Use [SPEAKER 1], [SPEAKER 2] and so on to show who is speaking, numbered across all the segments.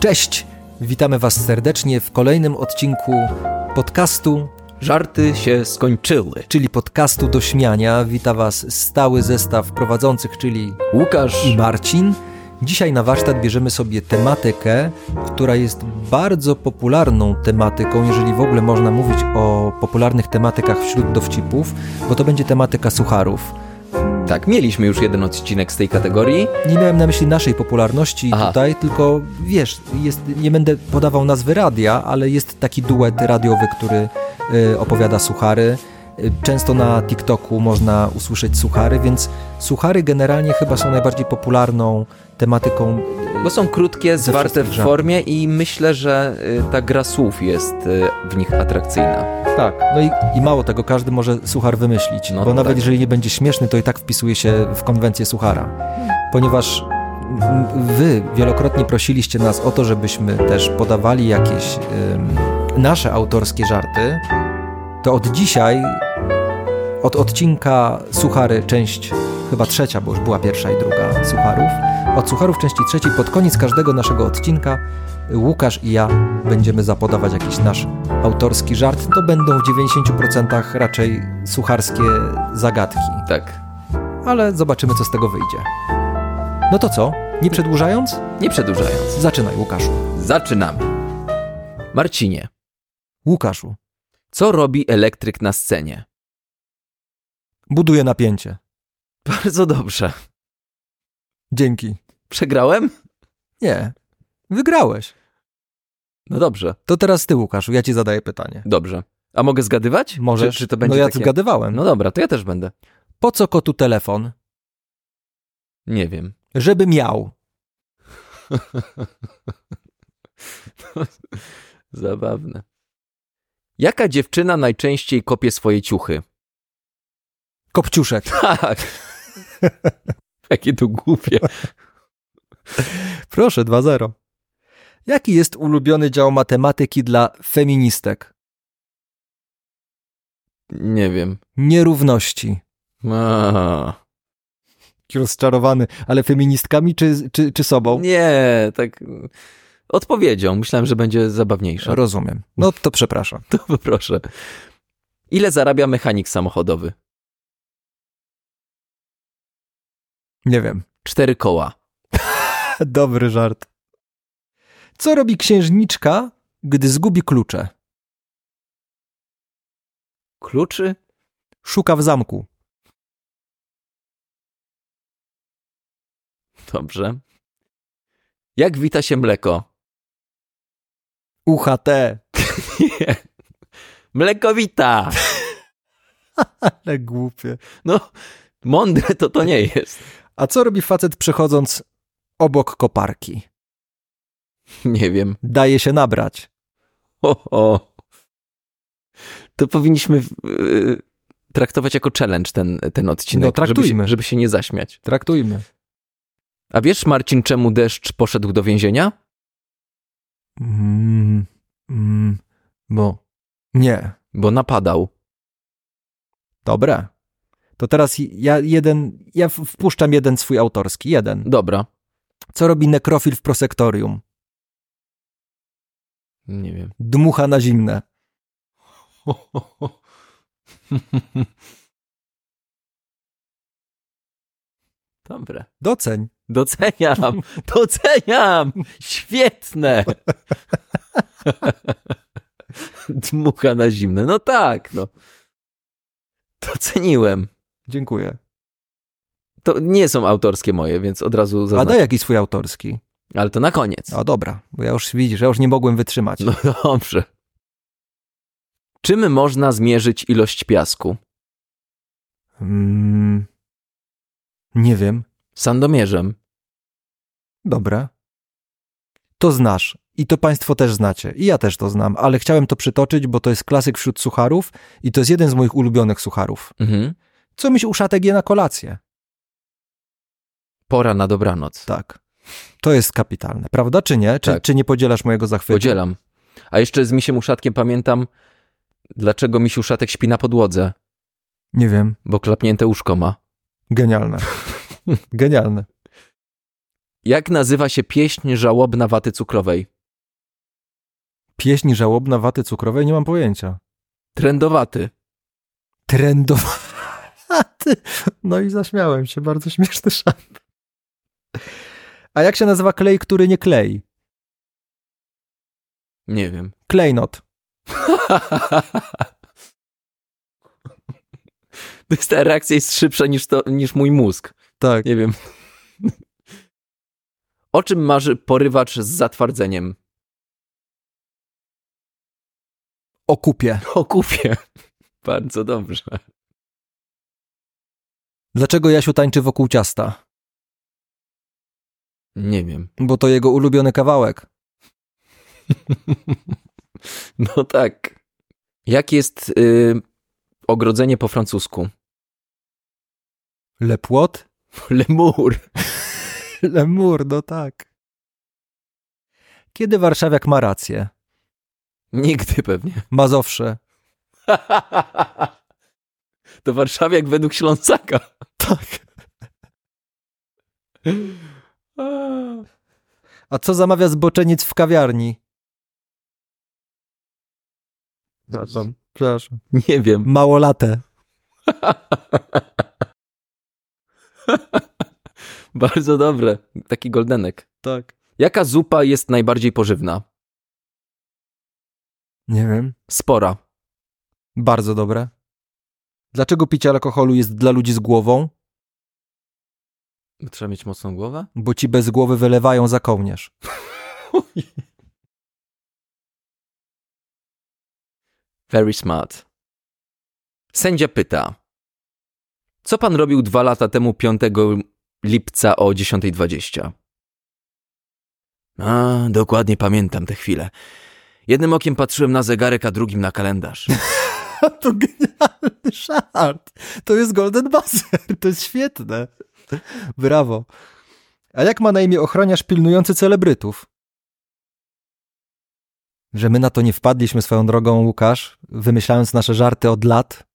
[SPEAKER 1] Cześć! Witamy Was serdecznie w kolejnym odcinku podcastu,
[SPEAKER 2] Żarty się skończyły.
[SPEAKER 1] czyli podcastu do śmiania. Wita Was stały zestaw prowadzących, czyli
[SPEAKER 2] Łukasz,
[SPEAKER 1] i Marcin. Dzisiaj na warsztat bierzemy sobie tematykę, która jest bardzo popularną tematyką, jeżeli w ogóle można mówić o popularnych tematykach wśród dowcipów, bo to będzie tematyka sucharów.
[SPEAKER 2] tak, mieliśmy już jeden odcinek z tej kategorii.
[SPEAKER 1] Nie miałem na myśli naszej popularności
[SPEAKER 2] Aha.
[SPEAKER 1] tutaj, tylko wiesz, jest, nie będę podawał nazwy radia, ale jest taki duet radiowy, który y, opowiada suchary. Y, Często na TikToku można usłyszeć suchary, więc suchary generalnie chyba są najbardziej popularną tematyką.
[SPEAKER 2] Bo są krótkie, zwarte w
[SPEAKER 1] wszystkich żartów.
[SPEAKER 2] formie i myślę, że y, ta gra słów jest y, w nich atrakcyjna.
[SPEAKER 1] Tak. No i, i mało tego, każdy może suchar wymyślić,
[SPEAKER 2] No
[SPEAKER 1] bo nawet
[SPEAKER 2] tak.
[SPEAKER 1] jeżeli nie będzie śmieszny, to i tak wpisuje się w konwencję suchara. Ponieważ m, wy wielokrotnie prosiliście nas o to, żebyśmy też podawali jakieś ym, nasze autorskie żarty, to od dzisiaj, od odcinka Suchary, część chyba trzecia, bo już była pierwsza i druga Sucharów, od Sucharów części trzeciej, pod koniec każdego naszego odcinka Łukasz i ja będziemy zapodawać jakiś nasz autorski żart. To będą w 90% raczej sucharskie zagadki,
[SPEAKER 2] Tak.
[SPEAKER 1] ale zobaczymy, co z tego wyjdzie. No to co? Nie przedłużając,
[SPEAKER 2] Nie przedłużając,
[SPEAKER 1] zaczynaj, Łukaszu.
[SPEAKER 2] zaczynamy. Marcinie,
[SPEAKER 1] Łukaszu,
[SPEAKER 2] co robi elektryk na scenie?
[SPEAKER 1] buduję napięcie.
[SPEAKER 2] Bardzo dobrze.
[SPEAKER 1] Dzięki.
[SPEAKER 2] Przegrałem?
[SPEAKER 1] Nie, wygrałeś.
[SPEAKER 2] No dobrze,
[SPEAKER 1] To teraz ty, Łukaszu, ja ci zadaję pytanie.
[SPEAKER 2] dobrze. A mogę zgadywać?
[SPEAKER 1] Możesz.
[SPEAKER 2] Czy, czy to będzie
[SPEAKER 1] no ja
[SPEAKER 2] takie...
[SPEAKER 1] zgadywałem.
[SPEAKER 2] No dobra, to ja też będę.
[SPEAKER 1] Po co kotu telefon?
[SPEAKER 2] Nie wiem.
[SPEAKER 1] Żeby miał.
[SPEAKER 2] Zabawne. Jaka dziewczyna najczęściej kopie swoje ciuchy?
[SPEAKER 1] Kopciuszek.
[SPEAKER 2] Tak. Jakie to głupie.
[SPEAKER 1] Proszę, 2-0. Jaki jest ulubiony dział matematyki dla feministek?
[SPEAKER 2] Nie wiem.
[SPEAKER 1] Nierówności.
[SPEAKER 2] A.
[SPEAKER 1] Rozczarowany, ale feministkami czy, czy, czy sobą?
[SPEAKER 2] Nie, tak. Odpowiedzią. Myślałem, że będzie zabawniejsza.
[SPEAKER 1] Rozumiem. No to przepraszam.
[SPEAKER 2] To proszę. Ile zarabia mechanik samochodowy?
[SPEAKER 1] Nie wiem.
[SPEAKER 2] Cztery koła.
[SPEAKER 1] Dobry żart. Co robi księżniczka, gdy zgubi klucze?
[SPEAKER 2] Kluczy?
[SPEAKER 1] Szuka w zamku.
[SPEAKER 2] Dobrze. Jak wita się mleko?
[SPEAKER 1] UHT.
[SPEAKER 2] Nie. Mlekowita!
[SPEAKER 1] Ale głupie.
[SPEAKER 2] No, mądre to to nie jest.
[SPEAKER 1] A co robi facet przechodząc obok koparki?
[SPEAKER 2] Nie wiem.
[SPEAKER 1] Daje się nabrać.
[SPEAKER 2] O, o. To powinniśmy yy, traktować jako challenge ten, ten
[SPEAKER 1] No,
[SPEAKER 2] odcinek, żeby,
[SPEAKER 1] traktujmy.
[SPEAKER 2] się, żeby się nie zaśmiać.
[SPEAKER 1] Traktujmy.
[SPEAKER 2] A wiesz, Marcin, czemu deszcz poszedł do więzienia?
[SPEAKER 1] Mm, mm, bo nie.
[SPEAKER 2] Bo napadał.
[SPEAKER 1] Dobra. To teraz ja jeden, ja w- wpuszczam jeden swój autorski, jeden.
[SPEAKER 2] Dobra.
[SPEAKER 1] Co robi nekrofil w prosektorium?
[SPEAKER 2] Nie wiem.
[SPEAKER 1] Dmucha na zimne.
[SPEAKER 2] Dobre.
[SPEAKER 1] Doceń.
[SPEAKER 2] Doceniam, doceniam! Świetne! Dmucha na zimne. No tak, no. Doceniłem.
[SPEAKER 1] Dziękuję.
[SPEAKER 2] To nie są autorskie moje, więc od razu
[SPEAKER 1] A No.
[SPEAKER 2] zaznaczam.
[SPEAKER 1] daj jakiś swój autorski.
[SPEAKER 2] Ale to na koniec.
[SPEAKER 1] A dobra, bo ja już widzisz, ja już nie mogłem wytrzymać.
[SPEAKER 2] No dobrze. Czym można zmierzyć ilość piasku?
[SPEAKER 1] Mm, nie wiem.
[SPEAKER 2] Sandomierzem.
[SPEAKER 1] Dobra. To znasz. I to Państwo też znacie. I ja też to znam, ale chciałem to przytoczyć, bo to jest klasyk wśród sucharów i to jest jeden z moich ulubionych sucharów.
[SPEAKER 2] Mhm.
[SPEAKER 1] Co myśl uszatek je na kolację?
[SPEAKER 2] Pora na dobranoc.
[SPEAKER 1] Tak. To jest kapitalne, prawda czy nie? Czy,
[SPEAKER 2] Tak.
[SPEAKER 1] czy nie podzielasz mojego zachwytu?
[SPEAKER 2] Podzielam. A jeszcze z misiem uszatkiem pamiętam, dlaczego misiu uszatek śpi na podłodze,
[SPEAKER 1] Nie wiem.
[SPEAKER 2] bo klapnięte łóżko ma.
[SPEAKER 1] Genialne. Genialne.
[SPEAKER 2] Jak nazywa się pieśń żałobna waty cukrowej?
[SPEAKER 1] Pieśń żałobna waty cukrowej? Nie mam pojęcia.
[SPEAKER 2] Trendowaty.
[SPEAKER 1] Trendowaty. No i zaśmiałem się, bardzo śmieszny szamp. A jak się nazywa klej, który nie klei?
[SPEAKER 2] Nie wiem.
[SPEAKER 1] Klejnot.
[SPEAKER 2] To jest ta reakcja jest szybsza niż, to, niż mój mózg.
[SPEAKER 1] Tak.
[SPEAKER 2] Nie wiem. O czym marzy porywacz z zatwardzeniem?
[SPEAKER 1] O kupie.
[SPEAKER 2] O kupie. Bardzo dobrze.
[SPEAKER 1] Dlaczego Jasiu tańczy wokół ciasta?
[SPEAKER 2] Nie wiem.
[SPEAKER 1] Bo to jego ulubiony kawałek.
[SPEAKER 2] No tak. Jak jest y, ogrodzenie po francusku?
[SPEAKER 1] Lepłot?
[SPEAKER 2] Lemur.
[SPEAKER 1] Lemur, no tak. Kiedy warszawiak ma rację?
[SPEAKER 2] Nigdy pewnie.
[SPEAKER 1] Ma zawsze.
[SPEAKER 2] To warszawiak według Ślązaka.
[SPEAKER 1] Tak. A co zamawia zboczeniec w kawiarni? Przepraszam. Przepraszam.
[SPEAKER 2] Nie wiem.
[SPEAKER 1] Mało latę.
[SPEAKER 2] Bardzo dobre. Taki goldenek.
[SPEAKER 1] Tak.
[SPEAKER 2] Jaka zupa jest najbardziej pożywna?
[SPEAKER 1] Nie wiem.
[SPEAKER 2] Spora.
[SPEAKER 1] Bardzo dobre. Dlaczego picie alkoholu jest dla ludzi z głową?
[SPEAKER 2] Trzeba mieć mocną głowę?
[SPEAKER 1] Bo ci bez głowy wylewają za kołnierz.
[SPEAKER 2] Very smart. Sędzia pyta. Co pan robił dwa lata temu 5 lipca o 10.20? A, dokładnie pamiętam tę chwilę. Jednym okiem patrzyłem na zegarek, a drugim na kalendarz.
[SPEAKER 1] to genialny żart. To jest Golden Buzzer. To jest świetne. Brawo. A jak ma na imię ochroniarz pilnujący celebrytów? Że my na to nie wpadliśmy swoją drogą, Łukasz, wymyślając nasze żarty od lat.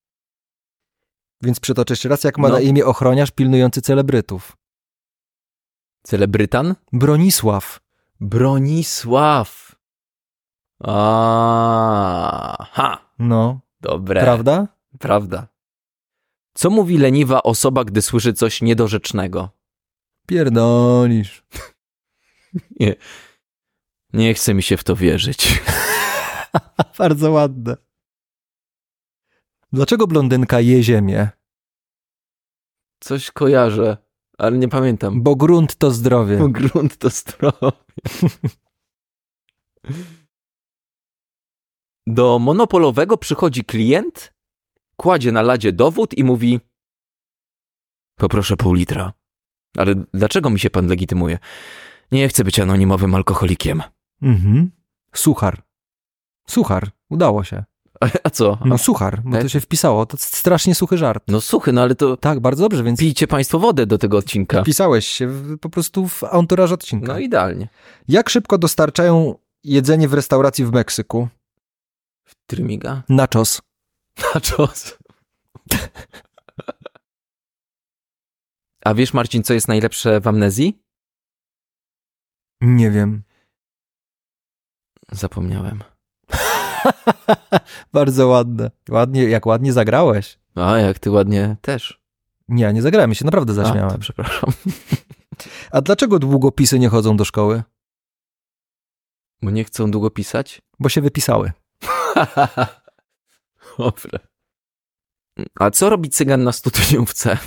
[SPEAKER 1] Więc przytoczę jeszcze raz, jak ma
[SPEAKER 2] No.
[SPEAKER 1] na imię ochroniarz pilnujący celebrytów.
[SPEAKER 2] Celebrytan?
[SPEAKER 1] Bronisław.
[SPEAKER 2] Bronisław. Aha,
[SPEAKER 1] No,
[SPEAKER 2] dobre.
[SPEAKER 1] prawda?
[SPEAKER 2] Prawda. Co mówi leniwa osoba, gdy słyszy coś niedorzecznego?
[SPEAKER 1] Pierdolisz.
[SPEAKER 2] Nie chce mi się w to wierzyć.
[SPEAKER 1] Bardzo ładne. Dlaczego blondynka je ziemię?
[SPEAKER 2] Coś kojarzę, ale nie pamiętam.
[SPEAKER 1] Bo grunt to zdrowie.
[SPEAKER 2] Bo grunt to zdrowie. Do monopolowego przychodzi klient, kładzie na ladzie dowód i mówi: Poproszę pół litra. Ale dlaczego mi się pan legitymuje? Nie chcę być anonimowym alkoholikiem.
[SPEAKER 1] Mhm. Suchar. Suchar. Udało się.
[SPEAKER 2] A, a co? A,
[SPEAKER 1] No suchar, bo
[SPEAKER 2] tak?
[SPEAKER 1] to się wpisało. To strasznie suchy żart.
[SPEAKER 2] no suchy, no ale to
[SPEAKER 1] Tak, bardzo dobrze, więc
[SPEAKER 2] pijcie państwo wodę do tego odcinka.
[SPEAKER 1] wpisałeś się w, po prostu w anturaż odcinka.
[SPEAKER 2] No idealnie.
[SPEAKER 1] Jak szybko dostarczają jedzenie w restauracji w Meksyku?
[SPEAKER 2] Trymiga.
[SPEAKER 1] Nachos.
[SPEAKER 2] Na czos. A wiesz, Marcin, co jest najlepsze w amnezji?
[SPEAKER 1] Nie wiem.
[SPEAKER 2] Zapomniałem.
[SPEAKER 1] Bardzo ładne. Ładnie, jak ładnie zagrałeś.
[SPEAKER 2] A, jak ty ładnie też.
[SPEAKER 1] Nie, nie zagrałem ja się, naprawdę
[SPEAKER 2] A, to
[SPEAKER 1] zaśmiałem.
[SPEAKER 2] przepraszam.
[SPEAKER 1] A dlaczego długopisy nie chodzą do szkoły?
[SPEAKER 2] Bo nie chcą długo pisać?
[SPEAKER 1] Bo się wypisały.
[SPEAKER 2] Dobre. A co robi cygan na studniówce?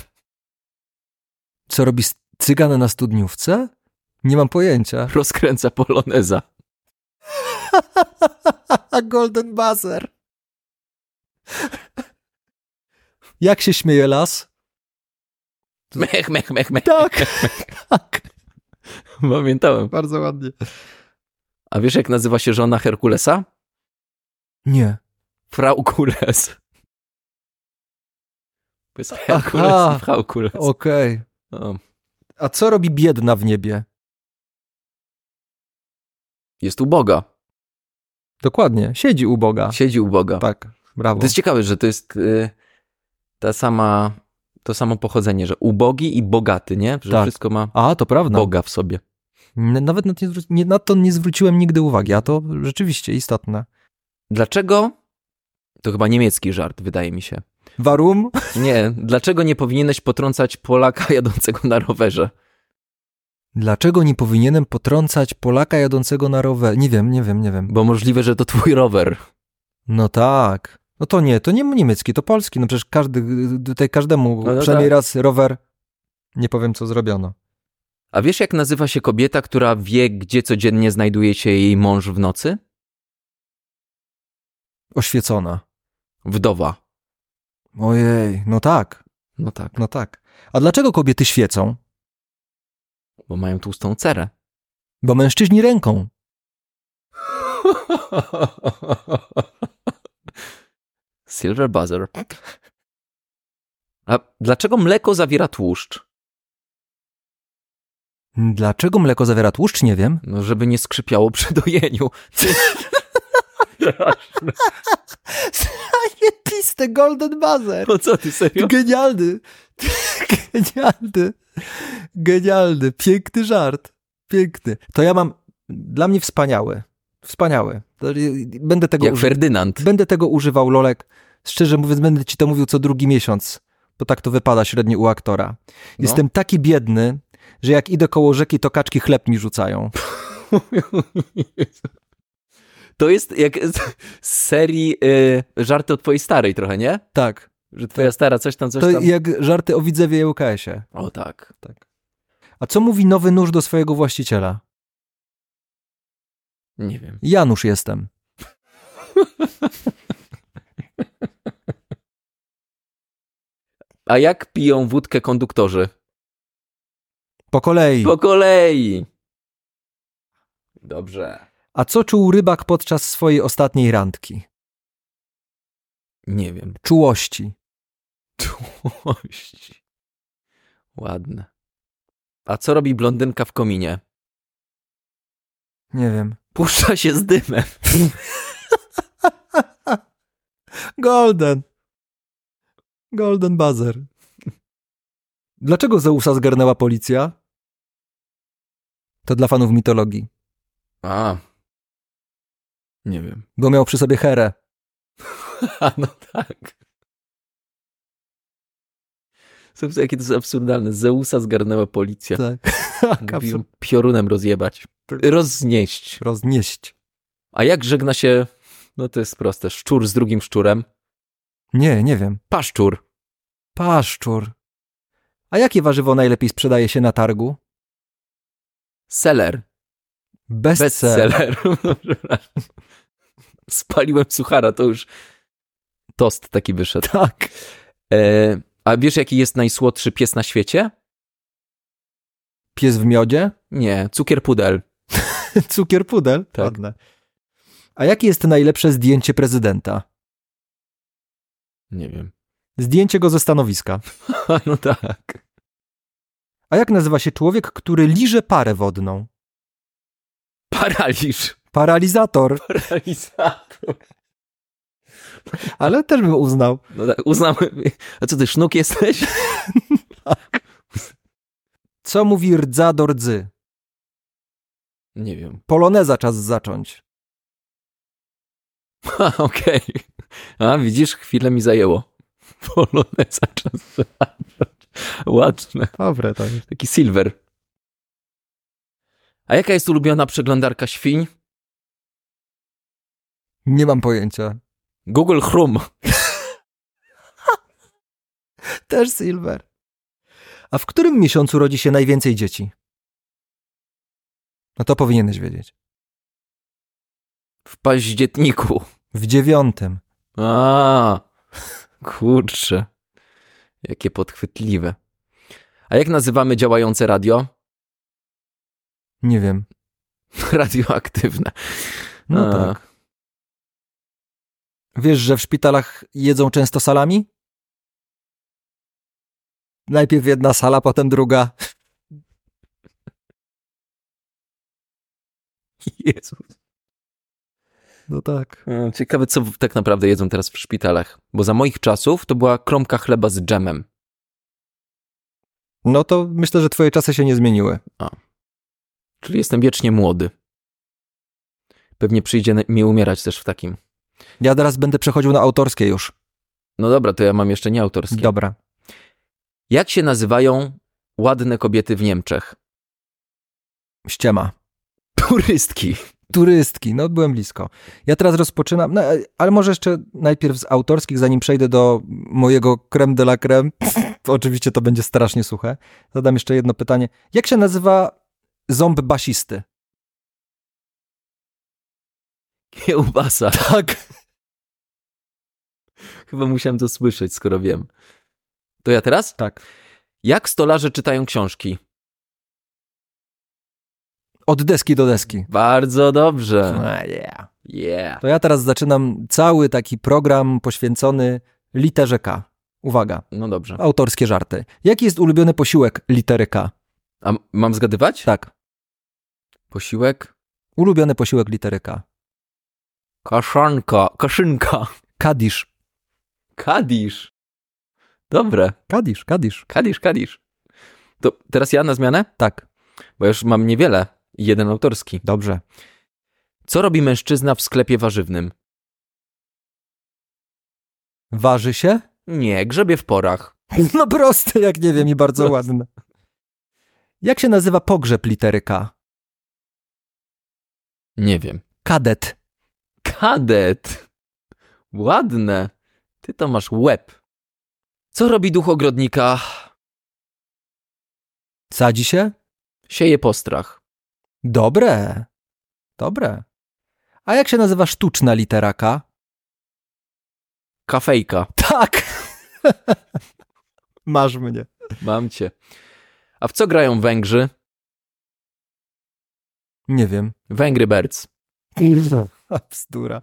[SPEAKER 1] Co robi s- cygan na studniówce? Nie mam pojęcia.
[SPEAKER 2] Rozkręca poloneza.
[SPEAKER 1] Golden buzzer. Jak się śmieje las?
[SPEAKER 2] Mech, mech, mech, mech.
[SPEAKER 1] Tak. tak.
[SPEAKER 2] Pamiętałem.
[SPEAKER 1] Bardzo ładnie.
[SPEAKER 2] A wiesz, jak nazywa się żona Herkulesa?
[SPEAKER 1] Nie.
[SPEAKER 2] Fraukules. To jest Herkules
[SPEAKER 1] Aha.
[SPEAKER 2] i No. Fraukules.
[SPEAKER 1] Okej.
[SPEAKER 2] O.
[SPEAKER 1] A co robi biedna w niebie?
[SPEAKER 2] Jest uboga.
[SPEAKER 1] Dokładnie. Siedzi u Boga.
[SPEAKER 2] Siedzi uboga.
[SPEAKER 1] Tak. Brawo.
[SPEAKER 2] To jest ciekawe, że to jest y, ta sama, to samo pochodzenie, że ubogi i bogaty, nie? Że
[SPEAKER 1] Tak. No.
[SPEAKER 2] wszystko ma
[SPEAKER 1] A, to prawda.
[SPEAKER 2] Boga w sobie.
[SPEAKER 1] N- Nawet na to nie, zwró- nie, na to nie zwróciłem nigdy uwagi, a to rzeczywiście istotne.
[SPEAKER 2] Dlaczego? To chyba niemiecki żart, wydaje mi się.
[SPEAKER 1] Warum?
[SPEAKER 2] Nie, dlaczego nie powinieneś potrącać Polaka jadącego na rowerze?
[SPEAKER 1] Dlaczego nie powinienem potrącać Polaka jadącego na rowerze? Nie wiem, nie wiem, nie wiem.
[SPEAKER 2] Bo możliwe, że to twój rower.
[SPEAKER 1] No tak. No to nie, to nie niemiecki, to polski. No przecież każdy, tutaj każdemu
[SPEAKER 2] No, no
[SPEAKER 1] przynajmniej
[SPEAKER 2] tak.
[SPEAKER 1] raz rower. Nie powiem, co zrobiono.
[SPEAKER 2] A wiesz, jak nazywa się kobieta, która wie, gdzie codziennie znajduje się jej mąż w nocy?
[SPEAKER 1] Oświecona.
[SPEAKER 2] Wdowa.
[SPEAKER 1] Ojej, no tak,
[SPEAKER 2] No tak,
[SPEAKER 1] no tak. A dlaczego kobiety świecą?
[SPEAKER 2] bo mają tłustą cerę.
[SPEAKER 1] Bo mężczyźni ręką.
[SPEAKER 2] Silver buzzer. A dlaczego mleko zawiera tłuszcz?
[SPEAKER 1] Dlaczego mleko zawiera tłuszcz? Nie wiem.
[SPEAKER 2] No, żeby nie skrzypiało przy dojeniu.
[SPEAKER 1] Zajebisty Golden Buzzer.
[SPEAKER 2] No co ty serio?
[SPEAKER 1] Genialny. Genialny. Genialny. Piękny żart. Piękny. To ja mam, dla mnie wspaniały. Wspaniały. To- Będę tego,
[SPEAKER 2] Jak
[SPEAKER 1] uży...
[SPEAKER 2] Ferdynand.
[SPEAKER 1] będę tego używał, Lolek. Szczerze mówiąc, będę ci to mówił co drugi miesiąc, bo tak to wypada średnio u aktora.
[SPEAKER 2] No.
[SPEAKER 1] Jestem taki biedny, że jak idę koło rzeki, to kaczki chleb mi rzucają.
[SPEAKER 2] To jest jak z z serii y, żarty od twojej starej trochę, nie?
[SPEAKER 1] Tak.
[SPEAKER 2] Że twoja stara coś tam, coś
[SPEAKER 1] To
[SPEAKER 2] tam.
[SPEAKER 1] jak żarty o widzewie i UKS-ie.
[SPEAKER 2] O tak.
[SPEAKER 1] Tak. A co mówi nowy nóż do swojego właściciela?
[SPEAKER 2] Nie wiem.
[SPEAKER 1] Janusz jestem.
[SPEAKER 2] A jak piją wódkę konduktorzy?
[SPEAKER 1] Po kolei.
[SPEAKER 2] Po kolei. Dobrze.
[SPEAKER 1] A co czuł rybak podczas swojej ostatniej randki?
[SPEAKER 2] Nie wiem.
[SPEAKER 1] Czułości.
[SPEAKER 2] Czułości. Ładne. A co robi blondynka w kominie?
[SPEAKER 1] Nie wiem.
[SPEAKER 2] Puszcza się z dymem.
[SPEAKER 1] Golden. Golden buzzer. Dlaczego Zeusa zgarnęła policja? To dla fanów mitologii.
[SPEAKER 2] A. Nie wiem.
[SPEAKER 1] Bo miał przy sobie Herę.
[SPEAKER 2] A, no tak. Słuchajcie, jakie to jest absurdalne. Zeusa zgarnęła policja.
[SPEAKER 1] Tak.
[SPEAKER 2] Pi- Piorunem rozjebać. Roznieść.
[SPEAKER 1] Roznieść.
[SPEAKER 2] A jak żegna się, no to jest proste, szczur z drugim szczurem?
[SPEAKER 1] Nie, nie wiem.
[SPEAKER 2] Paszczur.
[SPEAKER 1] Paszczur. A jakie warzywo najlepiej sprzedaje się na targu?
[SPEAKER 2] Seller.
[SPEAKER 1] Bestseller.
[SPEAKER 2] Bestseller. No, przepraszam. Spaliłem suchara, to już tost taki wyszedł.
[SPEAKER 1] Tak.
[SPEAKER 2] E, a wiesz, jaki jest najsłodszy pies na świecie?
[SPEAKER 1] Pies w miodzie?
[SPEAKER 2] Nie, cukier pudel.
[SPEAKER 1] Cukier pudel.
[SPEAKER 2] Tak.
[SPEAKER 1] Ładne. A jakie jest najlepsze zdjęcie prezydenta?
[SPEAKER 2] Nie wiem.
[SPEAKER 1] Zdjęcie go ze stanowiska.
[SPEAKER 2] no tak.
[SPEAKER 1] A jak nazywa się człowiek, który liże parę wodną?
[SPEAKER 2] Paraliż.
[SPEAKER 1] Paralizator,
[SPEAKER 2] Paralizator.
[SPEAKER 1] ale też bym uznał.
[SPEAKER 2] No tak, uznam. A co ty, sznuk jesteś?
[SPEAKER 1] Co mówi rdza do rdzy?
[SPEAKER 2] Nie wiem.
[SPEAKER 1] Poloneza czas zacząć.
[SPEAKER 2] A, okej. A, widzisz, chwilę mi zajęło. Poloneza czas zacząć. Ładne.
[SPEAKER 1] Dobre to jest.
[SPEAKER 2] Taki silver. A jaka jest ulubiona przeglądarka świń?
[SPEAKER 1] Nie mam pojęcia.
[SPEAKER 2] Google Chrome.
[SPEAKER 1] Też silver. A w którym miesiącu rodzi się najwięcej dzieci? No to powinieneś wiedzieć.
[SPEAKER 2] W październiku.
[SPEAKER 1] W dziewiątym.
[SPEAKER 2] A, kurczę. Jakie podchwytliwe. A jak nazywamy działające radio?
[SPEAKER 1] Nie wiem.
[SPEAKER 2] Radioaktywne.
[SPEAKER 1] No
[SPEAKER 2] A,
[SPEAKER 1] tak. Wiesz, że w szpitalach jedzą często salami? Najpierw jedna sala, potem druga.
[SPEAKER 2] Jezu.
[SPEAKER 1] No tak.
[SPEAKER 2] E, Ciekawe, co w- tak naprawdę jedzą teraz w szpitalach. Bo za moich czasów to była kromka chleba z dżemem.
[SPEAKER 1] No to myślę, że twoje czasy się nie zmieniły.
[SPEAKER 2] Czyli jestem wiecznie młody. Pewnie przyjdzie na- mi umierać też w takim.
[SPEAKER 1] Ja teraz będę przechodził na autorskie już.
[SPEAKER 2] No dobra, to ja mam jeszcze nie autorskie.
[SPEAKER 1] Dobra.
[SPEAKER 2] Jak się nazywają ładne kobiety w Niemczech?
[SPEAKER 1] Ściema.
[SPEAKER 2] Turystki.
[SPEAKER 1] Turystki, no byłem blisko. Ja teraz rozpoczynam, no, ale może jeszcze najpierw z autorskich, zanim przejdę do mojego creme de la creme. Oczywiście to będzie strasznie suche. Zadam jeszcze jedno pytanie. Jak się nazywa ząb basisty?
[SPEAKER 2] Kiełbasa.
[SPEAKER 1] Tak.
[SPEAKER 2] Chyba musiałem to słyszeć, skoro wiem. To ja teraz?
[SPEAKER 1] Tak.
[SPEAKER 2] Jak stolarze czytają książki?
[SPEAKER 1] Od deski do deski.
[SPEAKER 2] Bardzo dobrze.
[SPEAKER 1] A, yeah.
[SPEAKER 2] Yeah.
[SPEAKER 1] To ja teraz zaczynam cały taki program poświęcony literze K. Uwaga,
[SPEAKER 2] No dobrze.
[SPEAKER 1] autorskie żarty. Jaki jest ulubiony posiłek litery K?
[SPEAKER 2] A m- mam zgadywać?
[SPEAKER 1] Tak,
[SPEAKER 2] Posiłek?
[SPEAKER 1] ulubiony posiłek litery K.
[SPEAKER 2] Kaszanka. Kaszynka.
[SPEAKER 1] Kadisz.
[SPEAKER 2] Kadisz. Dobre.
[SPEAKER 1] Kadisz, kadisz.
[SPEAKER 2] Kadisz, kadisz. To teraz ja na zmianę?
[SPEAKER 1] Tak,
[SPEAKER 2] Bo już mam niewiele. Jeden autorski.
[SPEAKER 1] dobrze.
[SPEAKER 2] Co robi mężczyzna w sklepie warzywnym?
[SPEAKER 1] Waży się?
[SPEAKER 2] Nie, grzebie w porach.
[SPEAKER 1] No proste, jak nie wiem, i bardzo
[SPEAKER 2] Proste.
[SPEAKER 1] ładne. Jak się nazywa pogrzeb litery K?
[SPEAKER 2] Nie wiem.
[SPEAKER 1] Kadet.
[SPEAKER 2] Kadet. Ładne. Ty to masz łeb. Co robi duch ogrodnika?
[SPEAKER 1] Sadzi się?
[SPEAKER 2] Sieje postrach.
[SPEAKER 1] Dobre. Dobre. A jak się nazywa sztuczna litera K?
[SPEAKER 2] Kafejka.
[SPEAKER 1] Tak. Masz mnie.
[SPEAKER 2] Mam cię. A w co grają Węgrzy?
[SPEAKER 1] Nie wiem.
[SPEAKER 2] Węgry Birds.
[SPEAKER 1] A Bzdura.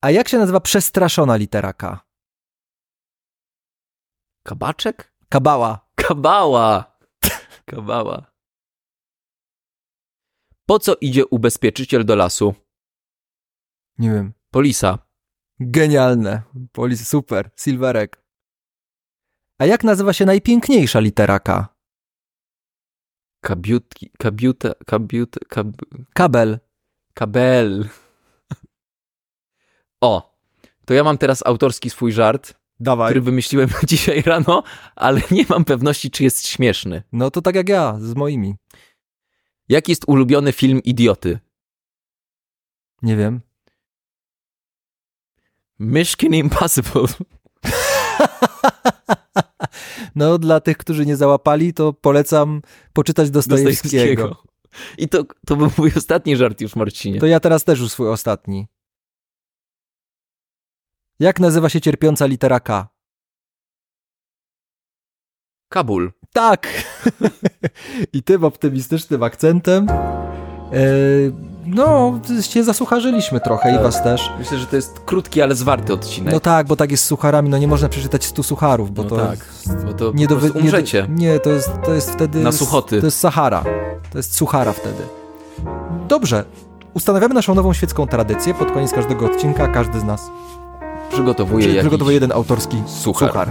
[SPEAKER 1] A jak się nazywa przestraszona litera K?
[SPEAKER 2] Kabaczek?
[SPEAKER 1] Kabała.
[SPEAKER 2] Kabała. Kabała. Po co idzie ubezpieczyciel do lasu?
[SPEAKER 1] Nie wiem.
[SPEAKER 2] Polisa.
[SPEAKER 1] Genialne. Polis, super. Silverek. A jak nazywa się najpiękniejsza litera K?
[SPEAKER 2] Kabiutki, kabiuta, kabiut, kab,
[SPEAKER 1] Kabel.
[SPEAKER 2] kabel. O, to ja mam teraz autorski swój żart, który
[SPEAKER 1] Dawaj.
[SPEAKER 2] wymyśliłem dzisiaj rano, ale nie mam pewności, czy jest śmieszny.
[SPEAKER 1] No to tak jak ja, z moimi.
[SPEAKER 2] Jaki jest ulubiony film idioty?
[SPEAKER 1] Nie wiem.
[SPEAKER 2] Mission Impossible.
[SPEAKER 1] No dla tych, którzy nie załapali, to polecam poczytać Dostojewskiego.
[SPEAKER 2] Dostojewskiego. I to, to był mój ostatni żart już, Marcinie.
[SPEAKER 1] To ja teraz też już swój ostatni. Jak nazywa się cierpiąca litera K?
[SPEAKER 2] Kabul.
[SPEAKER 1] Tak! I tym optymistycznym akcentem. E, no, się zasłucharzyliśmy trochę i
[SPEAKER 2] Tak.
[SPEAKER 1] was też.
[SPEAKER 2] Myślę, że to jest krótki, ale zwarty odcinek.
[SPEAKER 1] No tak, bo tak jest z sucharami, no nie można przeczytać 100 sucharów, bo
[SPEAKER 2] No
[SPEAKER 1] to.
[SPEAKER 2] tak, bo to
[SPEAKER 1] Nie
[SPEAKER 2] po
[SPEAKER 1] do, wy-
[SPEAKER 2] prostu
[SPEAKER 1] nie, do,
[SPEAKER 2] umrzecie.
[SPEAKER 1] nie, to jest, to jest wtedy.
[SPEAKER 2] Na suchoty.
[SPEAKER 1] To jest Sahara. To jest suchara wtedy. Dobrze. Ustanawiamy naszą nową świecką tradycję. Pod koniec każdego odcinka każdy z nas
[SPEAKER 2] Przygotowuję
[SPEAKER 1] przy,
[SPEAKER 2] jakiś...
[SPEAKER 1] przygotowuje jeden autorski
[SPEAKER 2] suchar.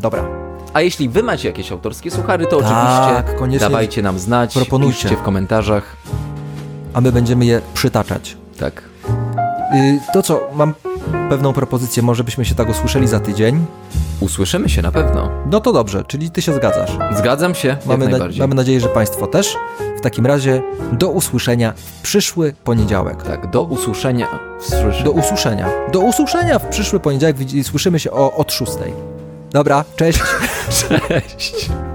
[SPEAKER 1] Dobra.
[SPEAKER 2] A jeśli wy macie jakieś autorskie suchary, to
[SPEAKER 1] Tak,
[SPEAKER 2] oczywiście
[SPEAKER 1] koniecznie.
[SPEAKER 2] dawajcie nam znać,
[SPEAKER 1] Proponujcie.
[SPEAKER 2] piszcie w komentarzach.
[SPEAKER 1] A my będziemy je przytaczać.
[SPEAKER 2] Tak.
[SPEAKER 1] Y, to co, mam pewną propozycję, może byśmy się tak usłyszeli za tydzień.
[SPEAKER 2] Usłyszymy się na pewno.
[SPEAKER 1] No to dobrze, czyli ty się zgadzasz.
[SPEAKER 2] Zgadzam się,
[SPEAKER 1] Mamy,
[SPEAKER 2] jak
[SPEAKER 1] na,
[SPEAKER 2] najbardziej.
[SPEAKER 1] mamy nadzieję, że Państwo też. W takim razie do usłyszenia w przyszły poniedziałek.
[SPEAKER 2] Tak, do usłyszenia. Słyszę.
[SPEAKER 1] Do usłyszenia. Do usłyszenia w przyszły poniedziałek. Widzi- Słyszymy się o, od szóstej. Dobra, cześć.
[SPEAKER 2] Cześć.